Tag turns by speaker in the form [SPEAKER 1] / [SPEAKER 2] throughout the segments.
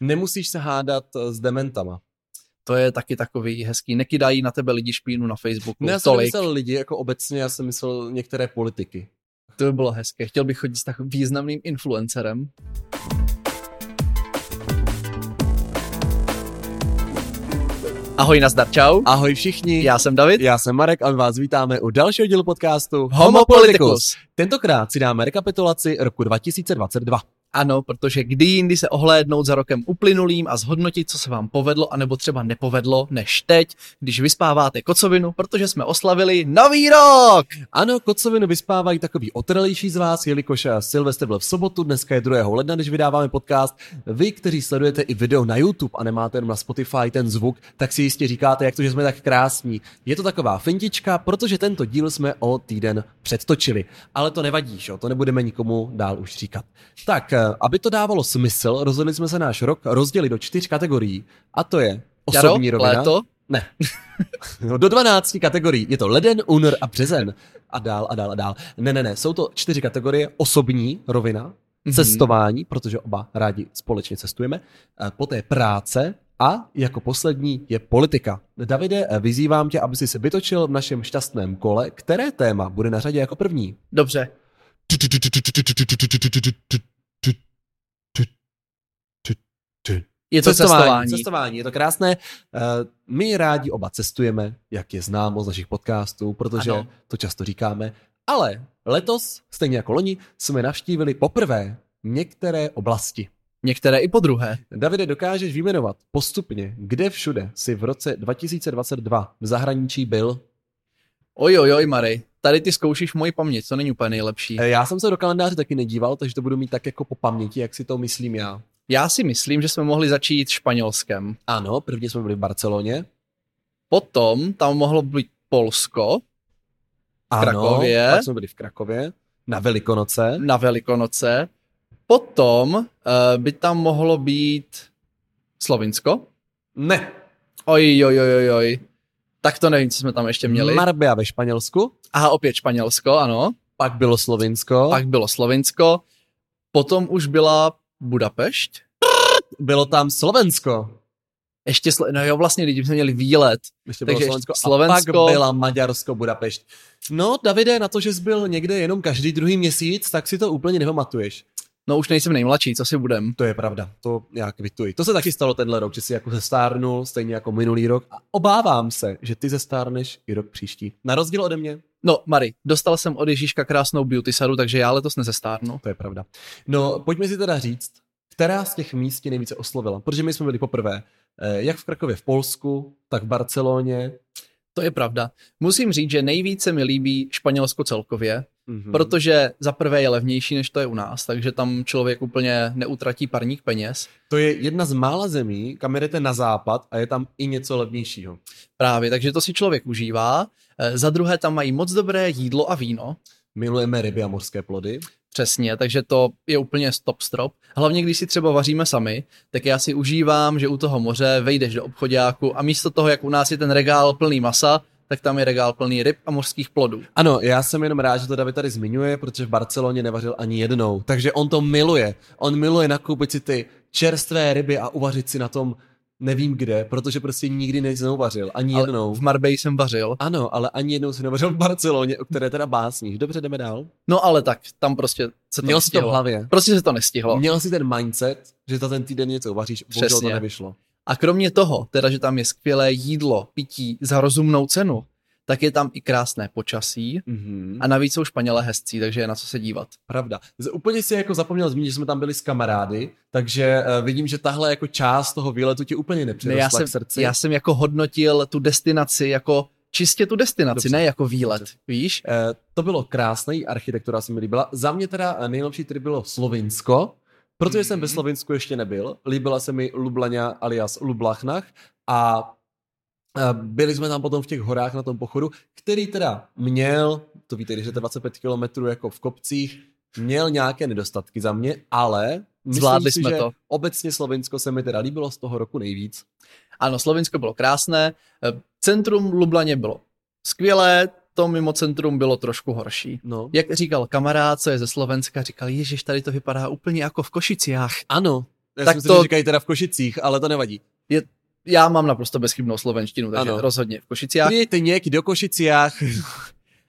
[SPEAKER 1] Nemusíš se hádat eh, s dementama.
[SPEAKER 2] To je taky takový hezký. Nekydají na tebe lidi špínu na Facebooku.
[SPEAKER 1] Ne, já jsem
[SPEAKER 2] tolik.
[SPEAKER 1] myslel lidi jako obecně, já jsem myslel některé politiky.
[SPEAKER 2] To by bylo hezké. Chtěl bych chodit s takovým významným influencerem. Ahoj, nazdar, čau.
[SPEAKER 1] Ahoj všichni,
[SPEAKER 2] Já jsem David.
[SPEAKER 1] já jsem Marek a my vás vítáme u dalšího dílu podcastu
[SPEAKER 2] Homo Politicus.
[SPEAKER 1] Tentokrát si dáme rekapitulaci roku 2022.
[SPEAKER 2] Ano, protože kdy jindy se ohlédnout za rokem uplynulým a zhodnotit, co se vám povedlo, anebo třeba nepovedlo, než teď, když vyspáváte kocovinu, protože jsme oslavili nový rok!
[SPEAKER 1] Ano, kocovinu vyspávají takový otrlejší z vás, jelikož eh, Silvestr byl v sobotu, dneska je 2. ledna, když vydáváme podcast. Vy, kteří sledujete i video na YouTube a nemáte jenom na Spotify ten zvuk, tak si jistě říkáte, jak to, že jsme tak krásní. Je to taková fintička, protože tento díl jsme o týden předtočili. Ale to nevadí, že? jo, to nebudeme nikomu dál už říkat. Tak, eh, aby to dávalo smysl, rozhodli jsme se náš rok rozdělit do čtyř kategorií. A to je
[SPEAKER 2] Jaro,
[SPEAKER 1] osobní rovina.
[SPEAKER 2] léto,
[SPEAKER 1] Ne. No, do 12 kategorií. Je to leden, únor a březen. A dál a dál a dál. Ne, ne, ne. Jsou to čtyři kategorie. Osobní rovina,
[SPEAKER 2] Mhm.
[SPEAKER 1] cestování, protože oba rádi společně cestujeme, eh, poté práce a jako poslední je politika. Davide, eh, vyzývám tě, aby si se vytočil v našem šťastném kole, které téma bude na řadě jako první.
[SPEAKER 2] dobře, je to cestování.
[SPEAKER 1] Cestování, je to krásné. Eh, My rádi oba cestujeme, jak je známo z našich podcastů, protože
[SPEAKER 2] Ano.
[SPEAKER 1] ano. to často říkáme. Ale letos, stejně jako loni, jsme navštívili poprvé některé oblasti.
[SPEAKER 2] Některé i po druhé.
[SPEAKER 1] Davide, dokážeš vyjmenovat postupně, kde všude si v roce 2022 v zahraničí byl?
[SPEAKER 2] Oj, oj, oj, Mary, tady ty zkoušíš moji paměť, to není úplně nejlepší.
[SPEAKER 1] Eh, Já jsem se do kalendáře taky nedíval, takže to budu mít tak jako po paměti, jak si to myslím já.
[SPEAKER 2] Já si myslím, že jsme mohli začít Španělskem.
[SPEAKER 1] Ano, prvně jsme byli v Barceloně.
[SPEAKER 2] Potom tam mohlo být Polsko
[SPEAKER 1] Ano,
[SPEAKER 2] Krakově.
[SPEAKER 1] Pak jsme byli v Krakově. Na Velikonoce.
[SPEAKER 2] na Velikonoce. Potom uh, by tam mohlo být Slovinsko.
[SPEAKER 1] Ne,
[SPEAKER 2] Oj, oj, oj, oj, oj. Tak to nevím, co jsme tam ještě měli.
[SPEAKER 1] Marbella ve Španělsku,
[SPEAKER 2] Aha, opět Španělsko, ano.
[SPEAKER 1] pak bylo Slovinsko, pak
[SPEAKER 2] Pak bylo Slovinsko. Potom už byla Budapešť.
[SPEAKER 1] bylo tam Slovensko.
[SPEAKER 2] Ještě, Slo- no jo, vlastně lidi jsme měli výlet.
[SPEAKER 1] Ještě
[SPEAKER 2] Takže
[SPEAKER 1] bylo
[SPEAKER 2] ještě
[SPEAKER 1] Slovensko,
[SPEAKER 2] Slovensko.
[SPEAKER 1] a pak byla Maďarsko, Budapešť. No, Davide, na to, že jsi byl někde jenom každý druhý měsíc, tak si to úplně nepamatuješ.
[SPEAKER 2] No už nejsem nejmladší, co si budem.
[SPEAKER 1] To je pravda, to já kvituji. To se taky stalo tenhle rok, že jsi jako zestárnul, stejně jako minulý rok. A obávám se, že ty zestárneš i rok příští. Na rozdíl ode mě,
[SPEAKER 2] No, Mary, dostal jsem od Ježíška krásnou beauty saru, takže já letos nezestárnu.
[SPEAKER 1] to je pravda. No, pojďme si teda říct, která z těch míst tě nejvíce oslovila? Protože my jsme byli poprvé, eh, jak v Krakově v Polsku, tak v Barceloně.
[SPEAKER 2] To je pravda. Musím říct, že nejvíce mi líbí Španělsko celkově,
[SPEAKER 1] Mhm.
[SPEAKER 2] protože za prvé je levnější, než to je u nás, takže tam člověk úplně neutratí parník peněz.
[SPEAKER 1] To je jedna z mála zemí, kam jedete na západ a je tam i něco levnějšího.
[SPEAKER 2] Právě, takže to si člověk užívá. Eh, Za druhé tam mají moc dobré jídlo a víno.
[SPEAKER 1] Milujeme ryby a mořské plody.
[SPEAKER 2] Přesně, takže to je úplně stop strop. Hlavně když si třeba vaříme sami, tak já si užívám, že u toho moře vejdeš do obchodáku a místo toho, jak u nás je ten regál plný masa, tak tam je regál plný ryb a mořských plodů.
[SPEAKER 1] Ano, já jsem jenom rád, že to David tady zmiňuje, protože v Barceloně nevařil ani jednou. Takže on to miluje. On miluje nakoupit si ty čerstvé ryby a uvařit si na tom nevím kde, protože prostě nikdy nic neuvařil. Ani
[SPEAKER 2] Ale
[SPEAKER 1] jednou.
[SPEAKER 2] V Marbeji jsem vařil.
[SPEAKER 1] Ano, ale ani jednou si nevařil v Barceloně, o které teda básníš. Dobře, jdeme dál.
[SPEAKER 2] No ale tak, tam prostě se to
[SPEAKER 1] Měl jsi to v
[SPEAKER 2] nestihlo.
[SPEAKER 1] hlavě.
[SPEAKER 2] Prostě se to nestihlo.
[SPEAKER 1] Měl jsi ten mindset, že za ten týden něco uvaříš, bohužel to
[SPEAKER 2] Přesně.
[SPEAKER 1] nevyšlo.
[SPEAKER 2] A kromě toho, teda, že tam je skvělé jídlo, pití za rozumnou cenu, tak je tam i krásné počasí
[SPEAKER 1] Mhm.
[SPEAKER 2] a navíc jsou Španělé hezcí, takže je na co se dívat.
[SPEAKER 1] Pravda. Z- Úplně si jako zapomněl zmínit, že jsme tam byli s kamarády, takže eh, vidím, že tahle jako část toho výletu ti úplně
[SPEAKER 2] Ne,
[SPEAKER 1] nepřirostla
[SPEAKER 2] já,
[SPEAKER 1] k
[SPEAKER 2] jsem,
[SPEAKER 1] srdci.
[SPEAKER 2] já jsem jako hodnotil tu destinaci jako čistě tu destinaci,
[SPEAKER 1] Dobře.
[SPEAKER 2] ne jako výlet,
[SPEAKER 1] Dobře.
[SPEAKER 2] víš?
[SPEAKER 1] Eh, To bylo krásné, její architektura se mi líbila. Za mě teda eh, nejlepší trip bylo Slovinsko, protože
[SPEAKER 2] Mhm.
[SPEAKER 1] jsem ve Slovinsku ještě nebyl. Líbila se mi Lublania alias Lublachnach a eh, byli jsme tam potom v těch horách na tom pochodu, který teda měl, to víte, když jdete 25 kilometrů jako v kopcích, měl nějaké nedostatky za mě, ale myslím
[SPEAKER 2] Zvládli
[SPEAKER 1] si,
[SPEAKER 2] jsme
[SPEAKER 1] že
[SPEAKER 2] to.
[SPEAKER 1] Obecně Slovinsko se mi teda líbilo z toho roku nejvíc.
[SPEAKER 2] Ano, Slovinsko bylo krásné, eh, centrum Lublaně bylo skvělé, to mimo centrum bylo trošku horší.
[SPEAKER 1] No.
[SPEAKER 2] Jak říkal kamarád, co je ze Slovenska, říkal, ježiš, tady to vypadá úplně jako v Košiciách.
[SPEAKER 1] Ano, Já tak
[SPEAKER 2] Tak
[SPEAKER 1] si myslím, to...
[SPEAKER 2] to-
[SPEAKER 1] že říkají teda v Košicích, ale to nevadí.
[SPEAKER 2] Já mám naprosto bezchybnou slovenštinu, takže
[SPEAKER 1] Ano.
[SPEAKER 2] ano. rozhodně v Košiciách.
[SPEAKER 1] Přijďte někdy do Košiciach.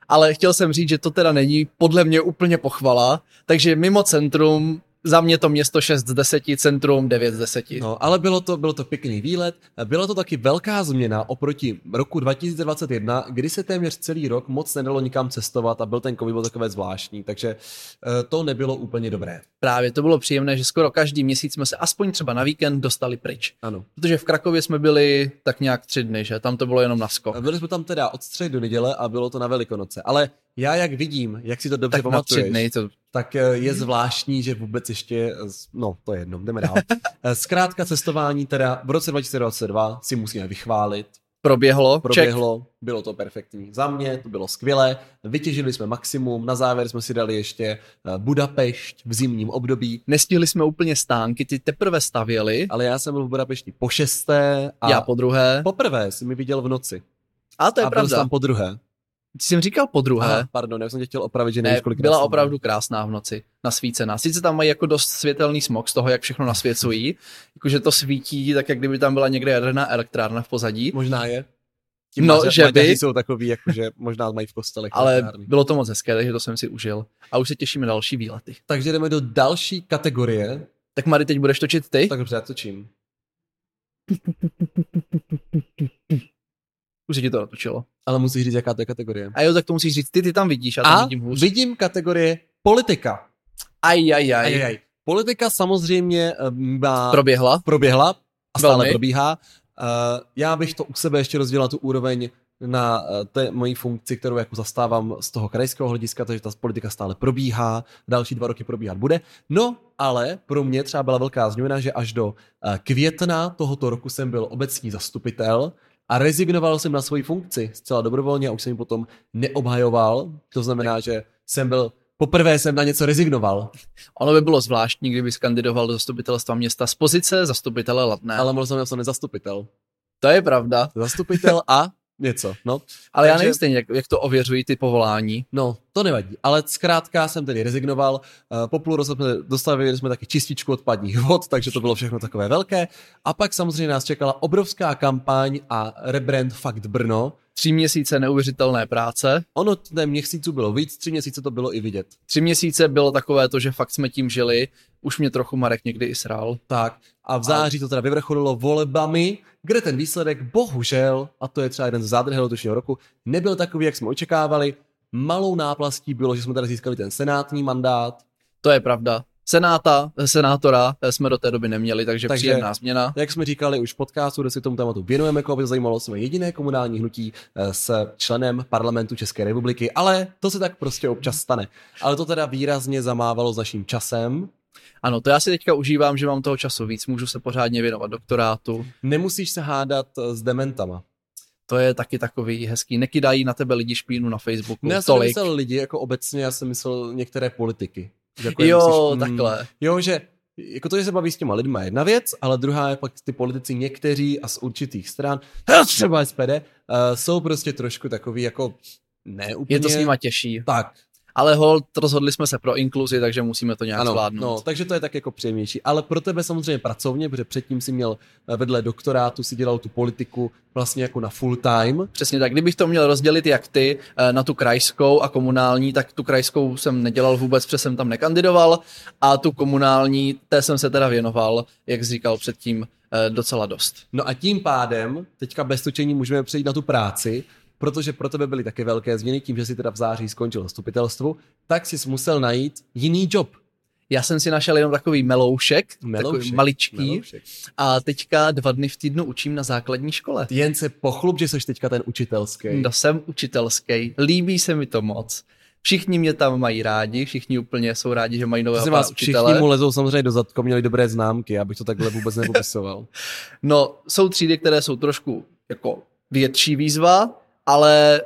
[SPEAKER 2] Ale chtěl jsem říct, že to teda není podle mě úplně pochvala, takže mimo centrum, za mě to město 6 z 10, centrum 9 z 10. No.
[SPEAKER 1] No, ale bylo to, bylo to pěkný výlet. Byla to taky velká změna oproti roku 2021, kdy se téměř celý rok moc nedalo nikam cestovat a byl ten covid byl takové zvláštní, takže eh, to nebylo úplně dobré.
[SPEAKER 2] Právě to bylo příjemné, že skoro každý měsíc jsme se aspoň třeba na víkend dostali pryč.
[SPEAKER 1] Ano.
[SPEAKER 2] Protože v Krakově jsme byli tak nějak tři dny, že? Tam to bylo jenom na skok.
[SPEAKER 1] Byli jsme tam teda od středy do neděle a bylo to na Velikonoce. Ale já jak vidím, jak si to dobře
[SPEAKER 2] Tak na tři
[SPEAKER 1] pamatuješ,
[SPEAKER 2] dny, to,
[SPEAKER 1] tak eh, je
[SPEAKER 2] Mhm.
[SPEAKER 1] zvláštní, že vůbec ještě, eh, s- no to je jedno, jdeme dál. Eh, Zkrátka cestování teda v roce 2022 si musíme vychválit,
[SPEAKER 2] proběhlo, proběhlo.
[SPEAKER 1] proběhlo, bylo to perfektní. Za mě to bylo skvělé, vytěžili jsme maximum, na závěr jsme si dali ještě eh, Budapešť v zimním období,
[SPEAKER 2] Nestihli jsme úplně stánky, ty teprve stavěli,
[SPEAKER 1] ale já jsem byl v Budapešti po šesté a
[SPEAKER 2] a já po druhé.
[SPEAKER 1] poprvé jsem mi viděl v noci.
[SPEAKER 2] A to je
[SPEAKER 1] a
[SPEAKER 2] a
[SPEAKER 1] byl jsem
[SPEAKER 2] pravda.
[SPEAKER 1] tam
[SPEAKER 2] Tam...
[SPEAKER 1] po druhé.
[SPEAKER 2] Jsem říkal po druhé.
[SPEAKER 1] Aha, pardon, já jsem tě chtěl opravit, že
[SPEAKER 2] Ne,
[SPEAKER 1] nevíš, kolik
[SPEAKER 2] byla
[SPEAKER 1] nás tam bylo.
[SPEAKER 2] opravdu krásná v noci, nasvícená. Sice tam mají jako dost světelný smog z toho, jak všechno nasvěcují, jakože to svítí, tak jak kdyby tam byla někde jaderná elektrárna v pozadí,
[SPEAKER 1] Možná je.
[SPEAKER 2] No,
[SPEAKER 1] Maďa-
[SPEAKER 2] že by.
[SPEAKER 1] Maďaři jsou takový, jakože možná mají v kostelech.
[SPEAKER 2] ale
[SPEAKER 1] elektrárny.
[SPEAKER 2] bylo to moc hezké, takže to jsem si užil. A už se těšíme na další výlety.
[SPEAKER 1] Takže jdeme do další kategorie.
[SPEAKER 2] Tak Mary, teď budeš točit ty? Tak.
[SPEAKER 1] Tak dobře, já točím.
[SPEAKER 2] Už se ti to natočilo.
[SPEAKER 1] Ale musíš říct, jaká to je kategorie.
[SPEAKER 2] A jo, tak to musíš říct, ty, ty tam vidíš, já tam
[SPEAKER 1] A
[SPEAKER 2] vidím hůř.
[SPEAKER 1] vidím kategorie politika.
[SPEAKER 2] Aj, aj, aj. aj, aj.
[SPEAKER 1] Ajajaj. Politika samozřejmě eh, má,
[SPEAKER 2] Proběhla.
[SPEAKER 1] proběhla a stále
[SPEAKER 2] Velmi.
[SPEAKER 1] probíhá. Eh, Já bych to u sebe ještě rozdělil na tu úroveň na eh, té mojí funkci, kterou jako zastávám z toho krajského hlediska, takže ta politika stále probíhá, další dva roky probíhat bude. No, ale pro mě třeba byla velká změna, že až do eh, května tohoto roku jsem byl obecní zastupitel a rezignoval jsem na svoji funkci zcela dobrovolně a už jsem ji potom neobhajoval. To znamená, že jsem byl, poprvé jsem na něco rezignoval,
[SPEAKER 2] Ono by bylo zvláštní, kdyby skandidoval do zastupitelstva města z pozice zastupitele Latné. Ale...
[SPEAKER 1] ale mohl jsem napsat nezastupitel.
[SPEAKER 2] To je pravda.
[SPEAKER 1] Zastupitel a něco, no.
[SPEAKER 2] Ale Takže... já
[SPEAKER 1] Takže-
[SPEAKER 2] nevím stejně, jak, jak to ověřují ty povolání.
[SPEAKER 1] No, to nevadí, ale zkrátka jsem tedy rezignoval. Eh, Po půl roce jsme dostavili jsme taky čističku odpadních vod, takže to bylo všechno takové velké. A pak samozřejmě nás čekala obrovská kampaň a rebrand Fakt Brno.
[SPEAKER 2] Tři měsíce neuvěřitelné práce.
[SPEAKER 1] Ono ten měsíců bylo víc, tři měsíce to bylo i vidět.
[SPEAKER 2] Tři měsíce bylo takové to, že fakt jsme tím žili. Už mě trochu Marek někdy i sral.
[SPEAKER 1] Tak a v září to teda vyvrcholilo volebami, kde ten výsledek bohužel, a to je třeba jeden z zádrhel letošního roku, nebyl takový, jak jsme očekávali. Malou náplastí bylo, že jsme teda získali ten senátní mandát,
[SPEAKER 2] To je pravda. Senáta, senátora eh, jsme do té doby neměli,
[SPEAKER 1] Takže-
[SPEAKER 2] takže, takže... příjemná změna.
[SPEAKER 1] Jak jsme říkali už v podcastu, kde se tomu tématu věnujeme, koho by to zajímalo, jsme jediné komunální hnutí eh, s členem parlamentu České republiky, ale to se tak prostě občas stane. Ale to teda výrazně zamávalo s naším časem.
[SPEAKER 2] Ano, to já si teďka užívám, že mám toho času víc, můžu se pořádně věnovat doktorátu.
[SPEAKER 1] Nemusíš se hádat eh, s dementama.
[SPEAKER 2] To je taky takový hezký. Nekydají na tebe lidi špínu na Facebooku.
[SPEAKER 1] Ne, No, já
[SPEAKER 2] Ne,
[SPEAKER 1] jsem
[SPEAKER 2] No, tolik.
[SPEAKER 1] myslel lidi jako obecně, já jsem myslel některé politiky. Že Jako je
[SPEAKER 2] Jo,
[SPEAKER 1] mm,
[SPEAKER 2] takhle.
[SPEAKER 1] Jo, že jako to, že se baví s těma lidma je jedna věc, ale druhá je pak ty politici někteří a z určitých stran, třeba SPD, uh, jsou prostě trošku takový jako ne úplně.
[SPEAKER 2] Je to s nima těžší.
[SPEAKER 1] Tak,
[SPEAKER 2] Ale hold, rozhodli jsme se pro inkluzi, takže musíme to nějak ano, zvládnout.
[SPEAKER 1] no,
[SPEAKER 2] No.
[SPEAKER 1] takže to je tak jako příjemnější. Ale pro tebe samozřejmě pracovně, protože předtím si měl eh, vedle doktorátu, si dělal tu politiku vlastně jako na full time.
[SPEAKER 2] Přesně tak, kdybych to měl rozdělit jak ty eh, na tu krajskou a komunální, tak tu krajskou jsem nedělal vůbec, protože jsem tam nekandidoval a tu komunální, té jsem se teda věnoval, jak jsi říkal předtím, eh, docela dost.
[SPEAKER 1] No a tím pádem, teďka bez točení můžeme přejít na tu práci, protože pro tebe byly také velké změny tím, že jsi teda v září skončil zastupitelstvu, tak jsi musel najít jiný job.
[SPEAKER 2] Já jsem si našel jenom takový meloušek,
[SPEAKER 1] Meloušek,
[SPEAKER 2] takový maličký
[SPEAKER 1] Miloušek.
[SPEAKER 2] a teďka dva dny v týdnu učím na základní škole.
[SPEAKER 1] Jen se pochlup, že jsi teďka ten učitelský.
[SPEAKER 2] No, jsem učitelský, líbí se mi to moc. Všichni mě tam mají rádi, všichni úplně jsou rádi, že mají nového
[SPEAKER 1] Prosím
[SPEAKER 2] pana
[SPEAKER 1] vás,
[SPEAKER 2] učitele.
[SPEAKER 1] všichni mu lezou samozřejmě do zadku, měli dobré známky, já bych to takhle vůbec nepopisoval.
[SPEAKER 2] No, jsou třídy, které jsou trošku jako větší výzva, ale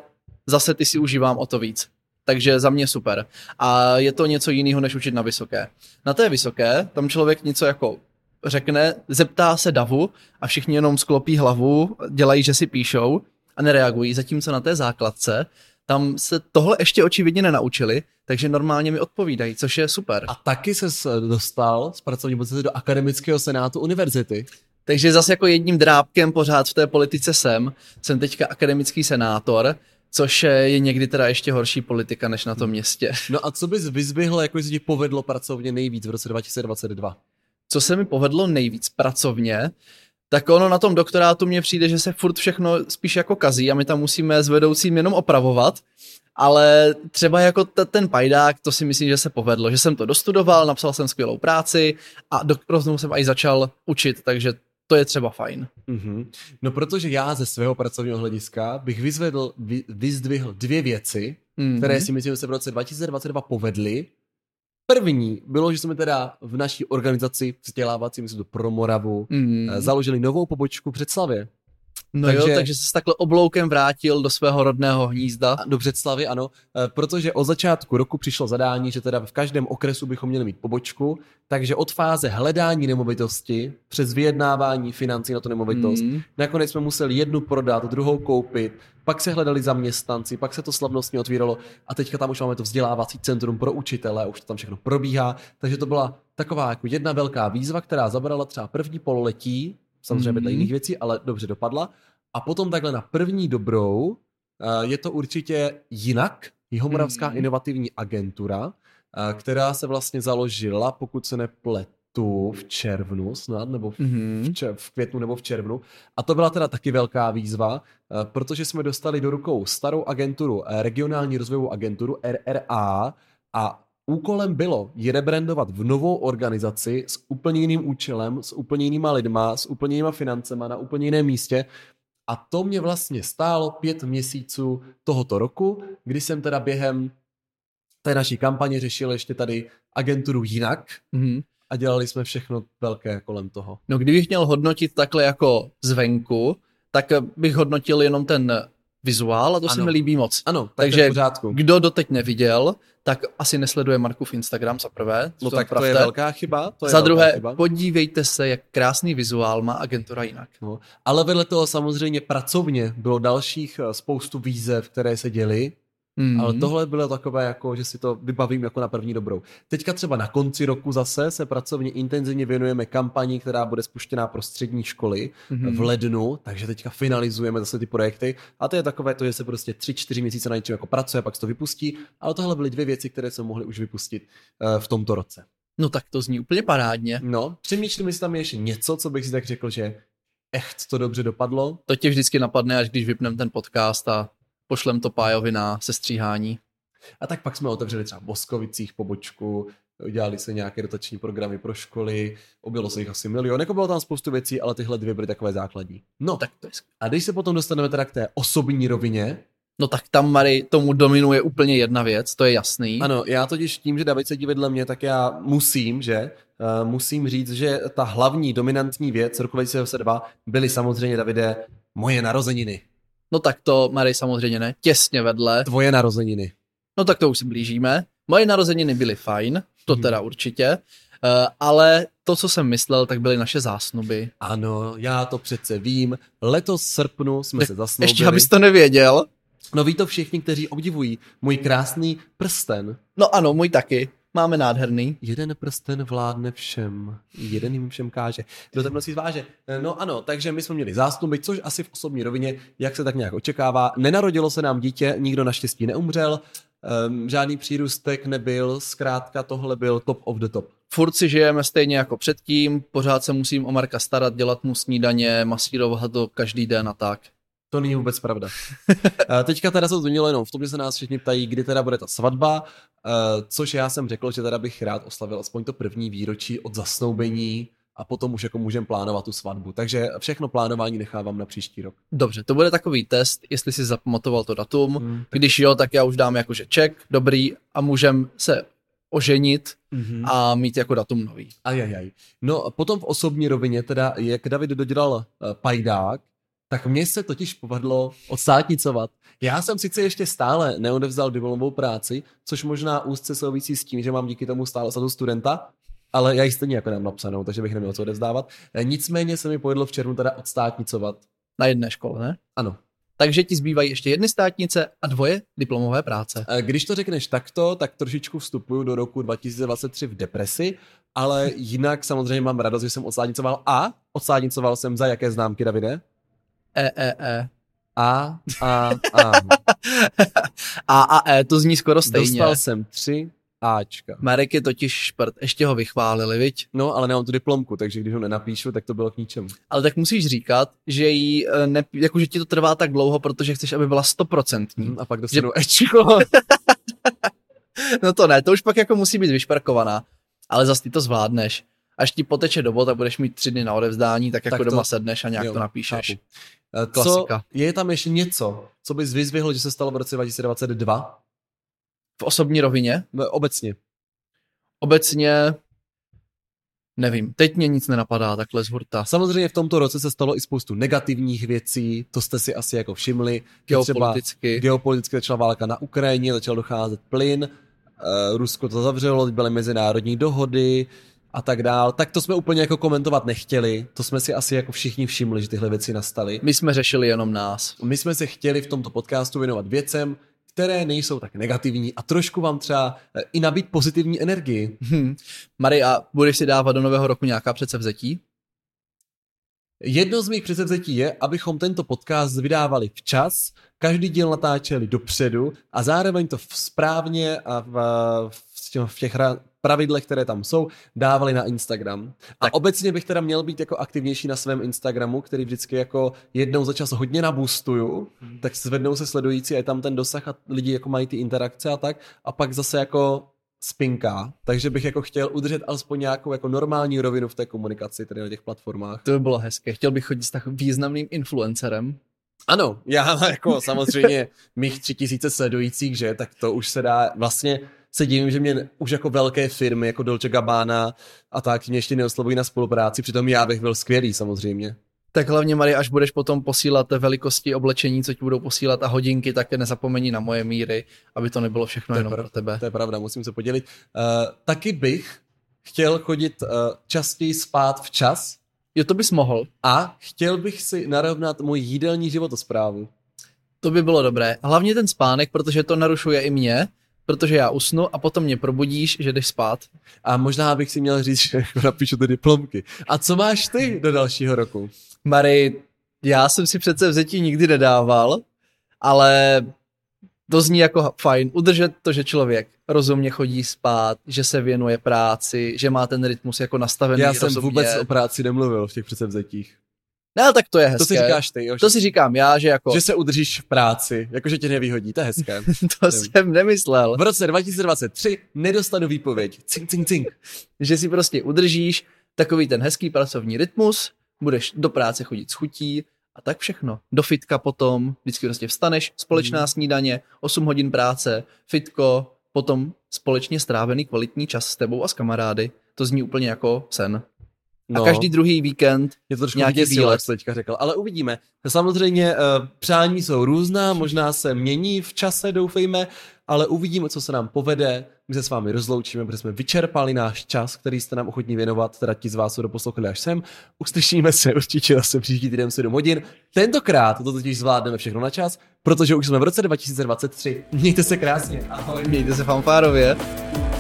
[SPEAKER 2] zase ty si užívám o to víc. Takže za mě super. A je to něco jiného, než učit na vysoké. Na té vysoké, tam člověk něco jako řekne, zeptá se davu a všichni jenom sklopí hlavu, dělají, že si píšou a nereagují. Zatímco na té základce, Tam se tohle ještě očividně nenaučili, takže normálně mi odpovídají, což je super.
[SPEAKER 1] A taky se dostal z pracovní pozice do akademického senátu univerzity.
[SPEAKER 2] Takže zase jako jedním drábkem pořád v té politice jsem. Jsem teďka akademický senátor, což je někdy teda ještě horší politika než na tom městě.
[SPEAKER 1] No a co bys vyzvihl, jako se ti povedlo pracovně nejvíc v roce 2022?
[SPEAKER 2] Co se mi povedlo nejvíc pracovně, tak ono na tom doktorátu mně přijde, že se furt všechno spíš jako kazí a my tam musíme s vedoucím jenom opravovat, ale třeba jako t- ten pajdák, to si myslím, že se povedlo, že jsem to dostudoval, napsal jsem skvělou práci a do roznomu jsem i začal učit, takže to je třeba fajn.
[SPEAKER 1] Mm-hmm. No protože já ze svého pracovního hlediska bych vyzvedl, vy, vyzdvihl dvě věci,
[SPEAKER 2] Hmm.
[SPEAKER 1] mm-hmm. které
[SPEAKER 2] Mhm.
[SPEAKER 1] si myslím, že se v roce 2022 povedly. První bylo, že jsme teda v naší organizaci vzdělávací, myslím, to pro Moravu,
[SPEAKER 2] Mm.
[SPEAKER 1] eh, založili novou pobočku v Břeclavě.
[SPEAKER 2] No
[SPEAKER 1] Takže-
[SPEAKER 2] takže... jo, takže jsi se takhle obloukem vrátil do svého rodného hnízda.
[SPEAKER 1] A Do Břeclavy, ano, eh, protože od začátku roku přišlo zadání, že teda v každém okresu bychom měli mít pobočku, takže od fáze hledání nemovitosti přes vyjednávání financí na tu nemovitost,
[SPEAKER 2] Mm.
[SPEAKER 1] Nakonec jsme museli jednu prodat, druhou koupit, pak se hledali zaměstnanci, pak se to slavnostně otvíralo a teďka tam už máme to vzdělávací centrum pro učitele, už to tam všechno probíhá. Takže to byla taková jako jedna velká výzva, která zabrala třeba první pololetí, samozřejmě vedle
[SPEAKER 2] Mhm.
[SPEAKER 1] jiných věcí, ale dobře dopadla. A potom takhle na první dobrou eh, je to určitě jinak, Jihomoravská
[SPEAKER 2] Mhm.
[SPEAKER 1] inovativní agentura, eh, která se vlastně založila, pokud se nepletu, v červnu snad, nebo v
[SPEAKER 2] Mm.
[SPEAKER 1] v, če- v květnu nebo v červnu. A to byla teda taky velká výzva, eh, protože jsme dostali do rukou starou agenturu, eh, regionální rozvojovou agenturu RRA a úkolem bylo ji rebrandovat v novou organizaci s úplně jiným účelem, s úplně jinýma lidma, s úplně jinýma financema, na úplně jiném místě. A to mě vlastně stálo pět měsíců tohoto roku, kdy jsem teda během té naší kampaně řešil ještě tady agenturu jinak
[SPEAKER 2] Mm.
[SPEAKER 1] a dělali jsme všechno velké kolem toho.
[SPEAKER 2] No kdybych měl hodnotit takhle jako zvenku, tak bych hodnotil jenom ten vizuál a to ano. se
[SPEAKER 1] Ano.
[SPEAKER 2] mi líbí moc.
[SPEAKER 1] Ano, tak
[SPEAKER 2] Takže
[SPEAKER 1] to je v pořádku.
[SPEAKER 2] Kdo doteď neviděl, tak asi nesleduje Marku v Instagram za prvé.
[SPEAKER 1] No
[SPEAKER 2] to
[SPEAKER 1] tak to
[SPEAKER 2] napravte.
[SPEAKER 1] je velká chyba. To je
[SPEAKER 2] za
[SPEAKER 1] velká
[SPEAKER 2] druhé,
[SPEAKER 1] chyba.
[SPEAKER 2] podívejte se, jak krásný vizuál má agentura jinak.
[SPEAKER 1] No, ale vedle toho samozřejmě pracovně bylo dalších eh, spoustu výzev, které se děly,
[SPEAKER 2] Mm.
[SPEAKER 1] ale tohle bylo takové, jako, že si to vybavím jako na první dobrou. Teďka třeba na konci roku zase se pracovně intenzivně věnujeme kampani, která bude spuštěná pro střední školy
[SPEAKER 2] Mm-hmm.
[SPEAKER 1] v lednu, takže teďka finalizujeme zase ty projekty a to je takové to, že se prostě 3-4 měsíce na něčem jako pracuje, pak se to vypustí, ale tohle byly dvě věci, které jsme mohli už vypustit eh, v tomto roce.
[SPEAKER 2] No tak to zní úplně parádně.
[SPEAKER 1] No, přemýšlím, jestli tam je ještě něco, co bych si tak řekl, že echt to dobře dopadlo.
[SPEAKER 2] To tě vždycky napadne, až když vypneme ten podcast a pošlem to Pájovi na sestříhání.
[SPEAKER 1] A tak pak jsme otevřeli třeba v Boskovicích pobočku, udělali se nějaké dotační programy pro školy, objelo se jich asi milion, jako bylo tam spoustu věcí, ale tyhle dvě byly takové základní. No, tak.
[SPEAKER 2] Tak to je skvělé.
[SPEAKER 1] a když se potom dostaneme teda k té osobní rovině,
[SPEAKER 2] No tak tam, Mary, tomu dominuje úplně jedna věc, to je jasný.
[SPEAKER 1] ano, já totiž tím, že David sedí vedle mě, tak já musím, že eh, musím říct, že ta hlavní dominantní věc roku 2022 byly samozřejmě, Davide, moje narozeniny.
[SPEAKER 2] No tak to, Mary, samozřejmě ne, těsně vedle.
[SPEAKER 1] Tvoje narozeniny.
[SPEAKER 2] No tak to už se blížíme. Moje narozeniny byly fajn, to teda určitě, eh, ale to, co jsem myslel, tak byly naše zásnuby.
[SPEAKER 1] Ano, já to přece vím. Letos v srpnu jsme
[SPEAKER 2] Tak
[SPEAKER 1] se zasnoubili.
[SPEAKER 2] Ještě, abys to nevěděl.
[SPEAKER 1] No ví to všichni, kteří obdivují můj krásný prsten.
[SPEAKER 2] No ano, můj taky. Máme nádherný.
[SPEAKER 1] Jeden prsten vládne všem. Jeden jim všem káže. Do temnosti zváže. No ano, takže my jsme měli zástupy, což asi v osobní rovině, jak se tak nějak očekává. Nenarodilo se nám dítě, nikdo naštěstí neumřel. Um, žádný přírůstek nebyl, zkrátka tohle byl top of the top.
[SPEAKER 2] Furt si žijeme stejně jako předtím, pořád se musím o Marka starat, dělat mu snídaně, masírovat ho to každý den a tak.
[SPEAKER 1] To není vůbec pravda. Eh, Teďka teda se to změnilo jenom v tom, že se nás všichni ptají, kdy teda bude ta svatba, eh, což já jsem řekl, že teda bych rád oslavil aspoň to první výročí od zasnoubení a potom už jako můžeme plánovat tu svatbu. Takže všechno plánování nechávám na příští rok.
[SPEAKER 2] Dobře, to bude takový test, jestli si zapamatoval to datum. Když jo, tak já už dám jakože ček, dobrý, a můžem se oženit
[SPEAKER 1] Mhm.
[SPEAKER 2] a mít jako datum nový.
[SPEAKER 1] Ajajaj. No potom v osobní rovině, teda jak David dodělal eh, pajdák, tak mně se totiž povedlo odstátnicovat. Já jsem sice ještě stále neodevzdal diplomovou práci, což možná úzce souvisí s tím, že mám díky tomu stále status studenta, ale já ji stejně jako nemám napsanou, takže bych neměl co odevzdávat. Eh, Nicméně se mi povedlo v červnu teda odstátnicovat.
[SPEAKER 2] Na jedné škole, ne?
[SPEAKER 1] Ano.
[SPEAKER 2] Takže ti zbývají ještě jedny státnice a dvoje diplomové práce.
[SPEAKER 1] E, Když to řekneš takto, tak trošičku vstupuju do roku 2023 v depresi, ale jinak samozřejmě mám radost, že jsem odsádnicoval a odsádnicoval jsem za jaké známky, Davide?
[SPEAKER 2] E, e, e.
[SPEAKER 1] A, a, a.
[SPEAKER 2] A a e, to zní skoro stejně.
[SPEAKER 1] Dostal jsem tři Ačka.
[SPEAKER 2] Marek je totiž šprt, ještě ho vychválili, viď?
[SPEAKER 1] No, ale nemám tu diplomku, takže když ho nenapíšu, tak to bylo k ničemu.
[SPEAKER 2] Ale tak musíš říkat, že jí, e, ne, jako, že ti to trvá tak dlouho, protože chceš, aby byla stoprocentní.
[SPEAKER 1] Hm, A pak dostanu Ečko.
[SPEAKER 2] No to ne, to už pak jako musí být vyšparkovaná, ale zas ty to zvládneš. Až ti poteče dobo, tak budeš mít tři dny na odevzdání, tak jako
[SPEAKER 1] Tak
[SPEAKER 2] tak
[SPEAKER 1] to-
[SPEAKER 2] to, doma sedneš a nějak
[SPEAKER 1] jo,
[SPEAKER 2] jo, to napíšeš. Eh,
[SPEAKER 1] chápu. E, Co,
[SPEAKER 2] Klasika.
[SPEAKER 1] je tam ještě něco, co bys vyzvihl, že se stalo v roce 2022?
[SPEAKER 2] V osobní rovině?
[SPEAKER 1] No, Obecně.
[SPEAKER 2] Obecně nevím, teď mě nic nenapadá takhle z hurta.
[SPEAKER 1] A samozřejmě v tomto roce se stalo i spoustu negativních věcí, to jste si asi jako všimli. Že Třeba
[SPEAKER 2] Geopoliticky.
[SPEAKER 1] geopoliticky začala válka na Ukrajině, začal docházet plyn, eh, Rusko to zavřelo, teď byly mezinárodní dohody a tak dál. Tak to jsme úplně jako komentovat nechtěli, to jsme si asi jako všichni všimli, že tyhle věci nastaly.
[SPEAKER 2] My jsme řešili jenom nás.
[SPEAKER 1] My jsme se chtěli v tomto podcastu věnovat věcem, které nejsou tak negativní a trošku vám třeba eh, i nabít pozitivní energii.
[SPEAKER 2] Hm. Mary, a budeš si dávat do nového roku nějaká předsevzetí?
[SPEAKER 1] Jedno z mých předsevzetí je, abychom tento podcast vydávali včas, každý díl natáčeli dopředu a zároveň to v- správně a v, v, tě- v těch ra- pravidlech, které tam jsou, dávali na Instagram. A
[SPEAKER 2] Tak.
[SPEAKER 1] obecně bych teda měl být jako aktivnější na svém Instagramu, který vždycky jako jednou za čas hodně nabustuju, tak zvednou se sledující a je tam ten dosah a lidi jako mají ty interakce a tak a pak zase jako spinká, takže bych jako chtěl udržet alespoň nějakou jako normální rovinu v té komunikaci, tedy na těch platformách.
[SPEAKER 2] To by bylo hezké. Chtěl bych chodit s tak významným influencerem.
[SPEAKER 1] Ano, já jako samozřejmě mých tři tisíce sledujících, že, tak to už se dá, vlastně se divím, že mě už jako velké firmy, jako Dolce Gabbana a tak, mě ještě neoslovují na spolupráci, přitom já bych byl skvělý samozřejmě.
[SPEAKER 2] Tak hlavně, Mary, až budeš potom posílat velikosti oblečení, co ti budou posílat a hodinky, tak nezapomeň na moje míry, aby to nebylo všechno
[SPEAKER 1] To je
[SPEAKER 2] jenom
[SPEAKER 1] pravda.
[SPEAKER 2] pro tebe.
[SPEAKER 1] To je pravda, musím se podělit. Uh, taky bych chtěl chodit uh, častěji spát včas
[SPEAKER 2] Jo, to bys mohl.
[SPEAKER 1] a chtěl bych si narovnat můj jídelní životosprávu.
[SPEAKER 2] To by bylo dobré. Hlavně ten spánek, protože to narušuje i mě, protože já usnu a potom mě probudíš, že jdeš spát.
[SPEAKER 1] A možná bych si měl říct, že jako napíšu ty diplomky. A co máš ty do dalšího roku?
[SPEAKER 2] Mary, já jsem si přece vzetí nikdy nedával, ale to zní jako fajn. Udržet to, že člověk rozumně chodí spát, že se věnuje práci, že má ten rytmus jako nastavený
[SPEAKER 1] Já jsem
[SPEAKER 2] rozumně.
[SPEAKER 1] vůbec o práci nemluvil v těch předsevzetích.
[SPEAKER 2] Ne, ale tak to je hezké.
[SPEAKER 1] To si říkáš ty, jo,
[SPEAKER 2] To
[SPEAKER 1] to
[SPEAKER 2] si říkám já, že jako...
[SPEAKER 1] že se udržíš v práci, jakože tě nevyhodí, to je hezké.
[SPEAKER 2] To jsem nemyslel.
[SPEAKER 1] V roce 2023 nedostanu výpověď. Cink, cink, cink.
[SPEAKER 2] Že si prostě udržíš takový ten hezký pracovní rytmus, budeš do práce chodit s chutí a tak všechno. Do fitka potom, vždycky prostě vstaneš, společná
[SPEAKER 1] Mhm.
[SPEAKER 2] snídaně, 8 hodin práce, fitko, potom společně strávený kvalitní čas s tebou a s kamarády. To zní úplně jako sen. No. A každý druhý víkend,
[SPEAKER 1] je to trošku
[SPEAKER 2] nějaký
[SPEAKER 1] vyděsilo,
[SPEAKER 2] výlet.
[SPEAKER 1] jak jsi teďka řekl, ale uvidíme. Samozřejmě eh, přání jsou různá, možná se mění v čase, doufejme, ale uvidíme, co se nám povede. My se s vámi rozloučíme, protože jsme vyčerpali náš čas, který jste nám ochotní věnovat, teda ti z vás, co doposlouchali až sem. Uslyšíme se určitě zase příští týden v 7 hodin. Tentokrát to totiž zvládneme všechno na čas, protože už jsme v roce 2023. Mějte se krásně, ahoj.
[SPEAKER 2] mějte se fanfárově.